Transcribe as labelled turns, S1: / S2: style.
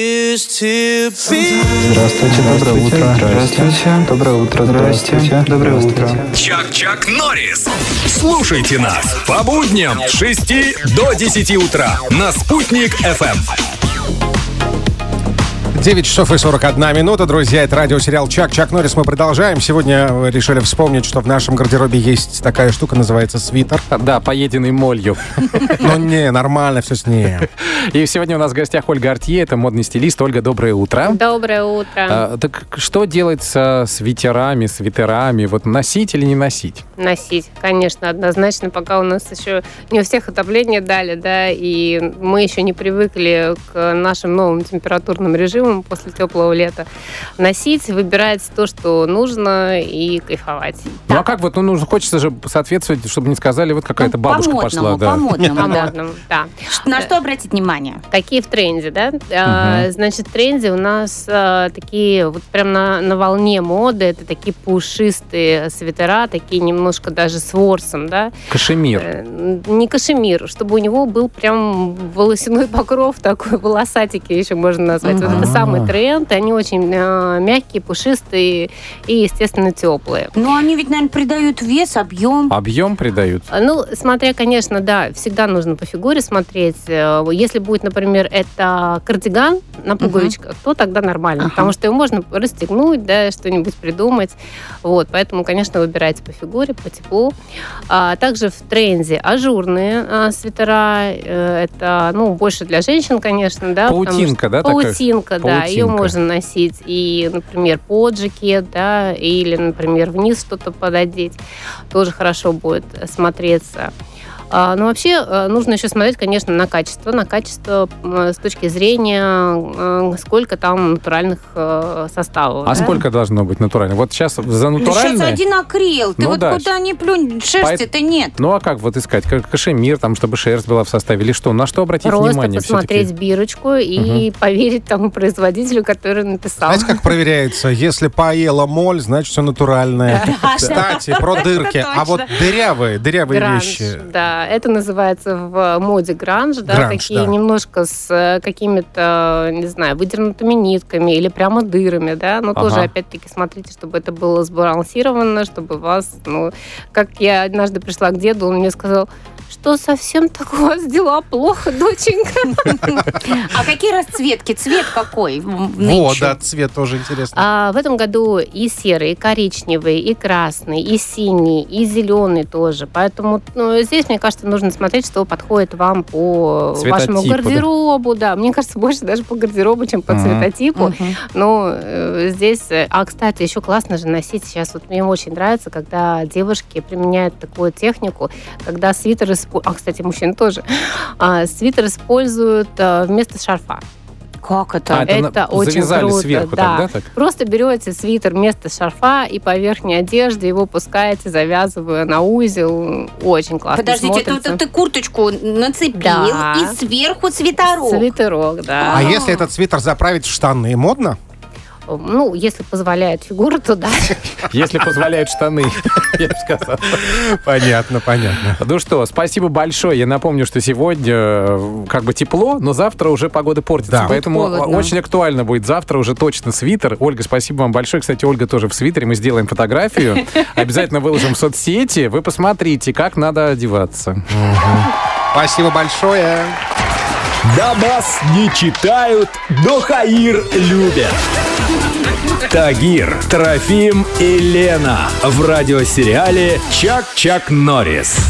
S1: Used to be.
S2: Здравствуйте, доброе утро. Здравствуйте. Доброе утро. Здравствуйте. Доброе утро.
S3: Чак-Чак Норрис. Слушайте нас по будням с 6 до 10 утра на Спутник FM.
S4: 9 часов и 41 минута, друзья, это радиосериал «Чак». Чак Норрис, мы продолжаем. Сегодня решили вспомнить, что в нашем гардеробе есть такая штука, называется свитер.
S5: Да, поеденный молью.
S4: Но не, нормально все с ним.
S5: И сегодня у нас в гостях Ольга Артье, это модный стилист. Ольга, доброе утро.
S6: Доброе утро.
S5: А, так что делать со свитерами, свитерами? Вот носить или не носить?
S6: Носить, конечно, однозначно, пока у нас еще не у всех отопление дали, да, и мы еще не привыкли к нашим новым температурным режимам после теплого лета. Носить, выбирать то, что нужно, и кайфовать.
S5: Ну а как вот, ну, ну, хочется же соответствовать, чтобы не сказали, вот какая-то
S7: Ну,
S5: бабушка
S7: по-модному,
S5: пошла. да.
S7: По-модному, да.
S6: По-модному, да.
S7: На что обратить внимание?
S6: Какие в тренде, да? А, Значит, в тренде у нас а, такие вот прям на, на волне моды, это такие пушистые свитера, такие немножко даже с ворсом, да?
S5: Кашемир.
S6: Э, Не кашемир, чтобы у него был прям волосяной покров такой, волосатики еще можно назвать. Вот это
S5: Мгм.
S6: самый тренд, они очень э, мягкие, пушистые и, естественно, теплые.
S7: Ну, они ведь, наверное, придают вес, объем.
S5: Объем придают.
S6: А, Ну, смотря, конечно, да, всегда нужно по фигуре смотреть. Э, Если будет, например, это кардиган на пуговичках, то тогда нормально,
S7: Ага.
S6: потому что его можно расстегнуть, да, что-нибудь придумать. Вот, поэтому, конечно, выбирайте по фигуре, по теплу. А, также в тренде ажурные а, свитера. Э, это, ну, больше для женщин, конечно, да. потому
S5: Паутинка, да, такая?
S6: Паутинка, да, ее
S5: Паутинка.
S6: можно носить и, например, под жакет, да, или, например, вниз что-то пододеть, тоже хорошо будет смотреться. А, Но вообще э, нужно еще смотреть, конечно, на качество, на качество м, с точки зрения, э, сколько там натуральных э, составов.
S5: А
S6: да.
S5: сколько должно быть натурально? Вот сейчас за
S7: Сейчас
S5: натуральное...
S7: Ну, один акрил. Ты
S5: Ну
S7: вот
S5: да.
S7: куда ни плюнь, шерсти-то нет.
S5: Ну а как вот искать? Как кашемир, там, чтобы шерсть была в составе или что? На что обратить
S6: Просто
S5: внимание
S6: посмотреть
S5: все-таки?
S6: бирочку и поверить тому производителю, который написал.
S4: Знаете, как проверяется? Если поела моль, значит, все натуральное. Кстати, про дырки. А вот дырявые, дырявые
S6: Гранж,
S4: вещи.
S6: да. Это называется в моде гранж, да,
S4: Гранж,
S6: такие
S4: да.
S6: немножко с э, какими-то, не знаю, выдернутыми нитками или прямо дырами, да, но
S5: Ага.
S6: тоже, опять-таки, смотрите, чтобы это было сбалансировано, чтобы вас, ну, как я однажды пришла к деду, он мне сказал, что совсем так у вас дела плохо, доченька.
S7: А какие расцветки? Цвет какой? в- в
S4: Вот,
S7: нынче?
S4: да, цвет тоже интересный.
S6: А, в этом году и серый, и коричневый, и красный, и синий, и зеленый тоже. Поэтому ну, здесь, мне кажется, нужно смотреть, что подходит вам по
S5: Цветотипу,
S6: вашему
S5: да?
S6: гардеробу. Да. мне кажется, больше даже по гардеробу, чем по
S5: Мгм.
S6: цветотипу.
S7: Мгм.
S6: Но э, здесь... э, А, кстати, еще классно же носить сейчас. Вот мне очень нравится, когда девушки применяют такую технику, когда свитер... испо- А, кстати, мужчины тоже. А, свитер используют э, вместо шарфа.
S7: Как
S5: А,
S7: это?
S5: это, на-
S6: это очень
S5: завязали
S6: круто,
S5: сверху
S6: да.
S5: тогда так?
S6: Просто берете свитер вместо шарфа и по верхней одежде его пускаете, завязывая на узел. Очень
S5: а
S6: классно
S7: Подождите,
S6: смотрится.
S7: тут ты курточку нацепил
S6: Да.
S7: и сверху свитерок.
S6: Свитерок, да.
S4: А если этот свитер заправить в штаны, модно?
S6: Ну, если позволяет фигура, то да.
S5: Если позволяют штаны, я бы сказал.
S4: Понятно, понятно.
S5: Ну что, спасибо большое. Я напомню, что сегодня э, как бы тепло, но завтра уже погода портится.
S4: Да.
S5: Поэтому а,
S7: Будет холодно.
S5: очень актуально будет завтра уже точно свитер. Ольга, спасибо вам большое. Кстати, Ольга тоже в свитере. Мы сделаем фотографию. Обязательно выложим в соцсети. Вы посмотрите, как надо одеваться.
S4: Спасибо большое.
S3: Дабас не читают, но Хаир любят. Тагир, Трофим и Лена в радиосериале «Чак-Чак Норрис».